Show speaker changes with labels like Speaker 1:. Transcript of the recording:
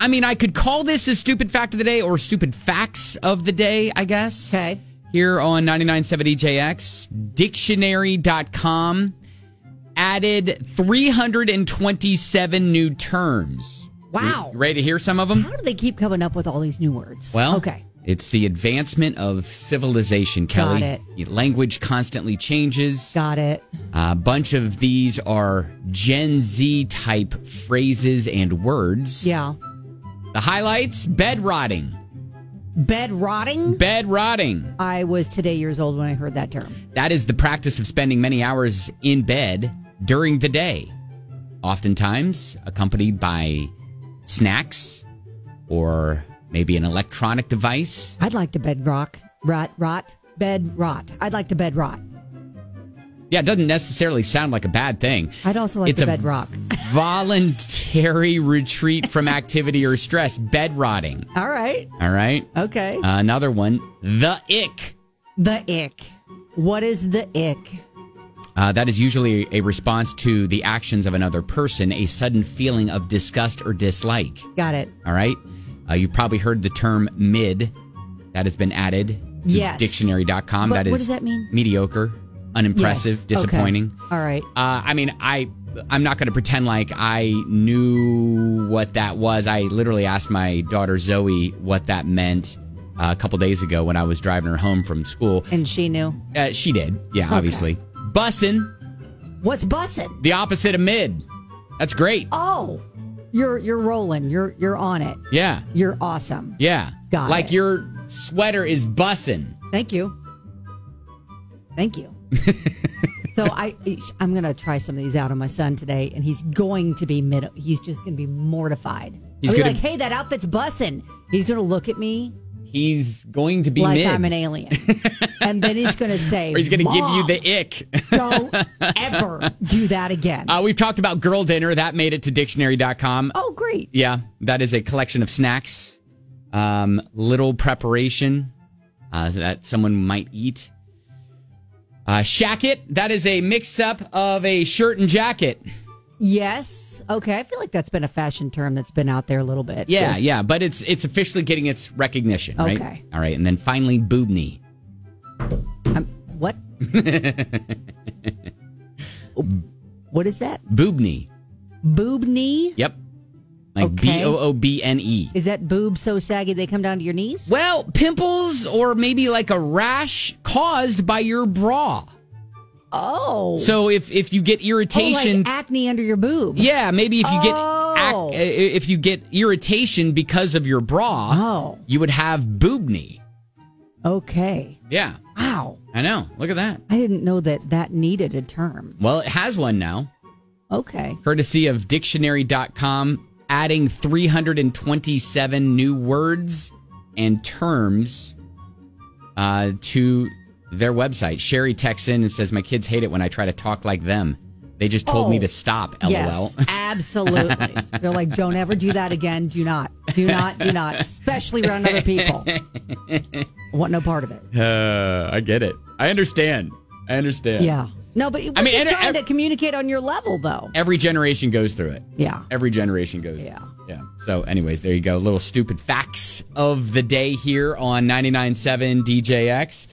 Speaker 1: I mean, I could call this a stupid fact of the day or stupid facts of the day, I guess.
Speaker 2: Okay.
Speaker 1: Here on E 99.7JX, dictionary.com added 327 new terms.
Speaker 2: Wow.
Speaker 1: You ready to hear some of them?
Speaker 2: How do they keep coming up with all these new words?
Speaker 1: Well,
Speaker 2: okay.
Speaker 1: It's the advancement of civilization, Kelly.
Speaker 2: Got
Speaker 1: Language constantly changes.
Speaker 2: Got it.
Speaker 1: A bunch of these are Gen Z type phrases and words.
Speaker 2: Yeah.
Speaker 1: The highlights bed rotting.
Speaker 2: Bed rotting.
Speaker 1: Bed rotting.
Speaker 2: I was today years old when I heard that term.
Speaker 1: That is the practice of spending many hours in bed during the day, oftentimes accompanied by snacks or maybe an electronic device.
Speaker 2: I'd like to bed rock. Rot, rot. Bed rot. I'd like to bed rot.
Speaker 1: Yeah, it doesn't necessarily sound like a bad thing.
Speaker 2: I'd also like
Speaker 1: It's
Speaker 2: to
Speaker 1: a-
Speaker 2: bed rock.
Speaker 1: Voluntary retreat from activity or stress, bed rotting.
Speaker 2: All right.
Speaker 1: All right.
Speaker 2: Okay.
Speaker 1: Another one, the ick.
Speaker 2: the ick. What is the ick?
Speaker 1: Uh, that is usually a response to the actions of another person, a sudden feeling of disgust or dislike.
Speaker 2: Got it.
Speaker 1: All right. Uh, you've probably heard the term mid. That has been added to
Speaker 2: Yes.
Speaker 1: dictionary.com.
Speaker 2: But
Speaker 1: that is
Speaker 2: what does that mean?
Speaker 1: mediocre, unimpressive,
Speaker 2: Yes.
Speaker 1: disappointing.
Speaker 2: Okay. All right.
Speaker 1: Uh, I mean, I I'm not going to pretend like I knew what that was. I literally asked my daughter Zoe what that meant uh, a couple days ago when I was driving her home from school.
Speaker 2: And she knew.
Speaker 1: Uh, she did, yeah, obviously. Bussin,
Speaker 2: What's bussin'?
Speaker 1: the opposite of mid. That's great.
Speaker 2: Oh, you're you're rolling. You're you're on it.
Speaker 1: Yeah,
Speaker 2: You're awesome.
Speaker 1: yeah.
Speaker 2: Got
Speaker 1: like
Speaker 2: it.
Speaker 1: your sweater is bussin.
Speaker 2: Thank you. Thank you. so I I'm gonna try some of these out on my son today, and he's going to be mid. He's just gonna be mortified.
Speaker 1: He's
Speaker 2: I'll be
Speaker 1: gonna-
Speaker 2: like, "Hey, that outfit's bussin'." He's gonna look at me
Speaker 1: He's going to be
Speaker 2: like
Speaker 1: mid.
Speaker 2: I'm an alien, and then he's gonna say,
Speaker 1: or he's going to give you
Speaker 2: "Mom,
Speaker 1: the ick.
Speaker 2: don't ever do that again."
Speaker 1: Uh, we've talked about girl dinner. That made it to dictionary.com.
Speaker 2: oh, great.
Speaker 1: Yeah, that is a collection of snacks. Um, little preparation uh, that someone might eat. Uh, shacket, that is a mix up of a shirt and jacket.
Speaker 2: Yes. Okay. I feel like that's been a fashion term that's been out there a little bit.
Speaker 1: Yeah, yeah, but it's it's officially getting its recognition, right?
Speaker 2: Okay.
Speaker 1: All right, and then finally boobney.
Speaker 2: Um, what? what is that?
Speaker 1: Boobney.
Speaker 2: Boob knee?
Speaker 1: Yep. Like
Speaker 2: Okay.
Speaker 1: B O O B N E.
Speaker 2: Is that boob so saggy they come down to your knees?
Speaker 1: Well, pimples or maybe like a rash caused by your bra.
Speaker 2: Oh.
Speaker 1: So if if you get
Speaker 2: Oh,
Speaker 1: irritation
Speaker 2: like acne under your boob.
Speaker 1: Yeah, maybe if you get
Speaker 2: Oh.
Speaker 1: ac- if you get irritation because of your bra,
Speaker 2: Oh.
Speaker 1: you would have boob knee.
Speaker 2: Okay.
Speaker 1: Yeah,
Speaker 2: Wow.
Speaker 1: I know. Look at that.
Speaker 2: I didn't know that that needed a term.
Speaker 1: Well, it has one now,
Speaker 2: Okay.
Speaker 1: courtesy of dictionary.com, adding 327 new words and terms uh, to their website. Sherry texts in and says, My kids hate it when I try to talk like them. They just told me
Speaker 2: Oh.
Speaker 1: to stop, lol.
Speaker 2: Yes, absolutely. They're like, don't ever do that again. Do not, do not, do not, especially around other people. I want no part of it.
Speaker 1: Uh, I get it. I understand. I understand.
Speaker 2: Yeah. No, but we're
Speaker 1: I mean,
Speaker 2: just
Speaker 1: and-
Speaker 2: trying
Speaker 1: and-
Speaker 2: to communicate on your level, though.
Speaker 1: Every generation goes through it.
Speaker 2: Yeah.
Speaker 1: every generation goes.
Speaker 2: Yeah.
Speaker 1: Yeah. So, anyways, there you go. Little stupid facts of the day here on 99.7 DJX.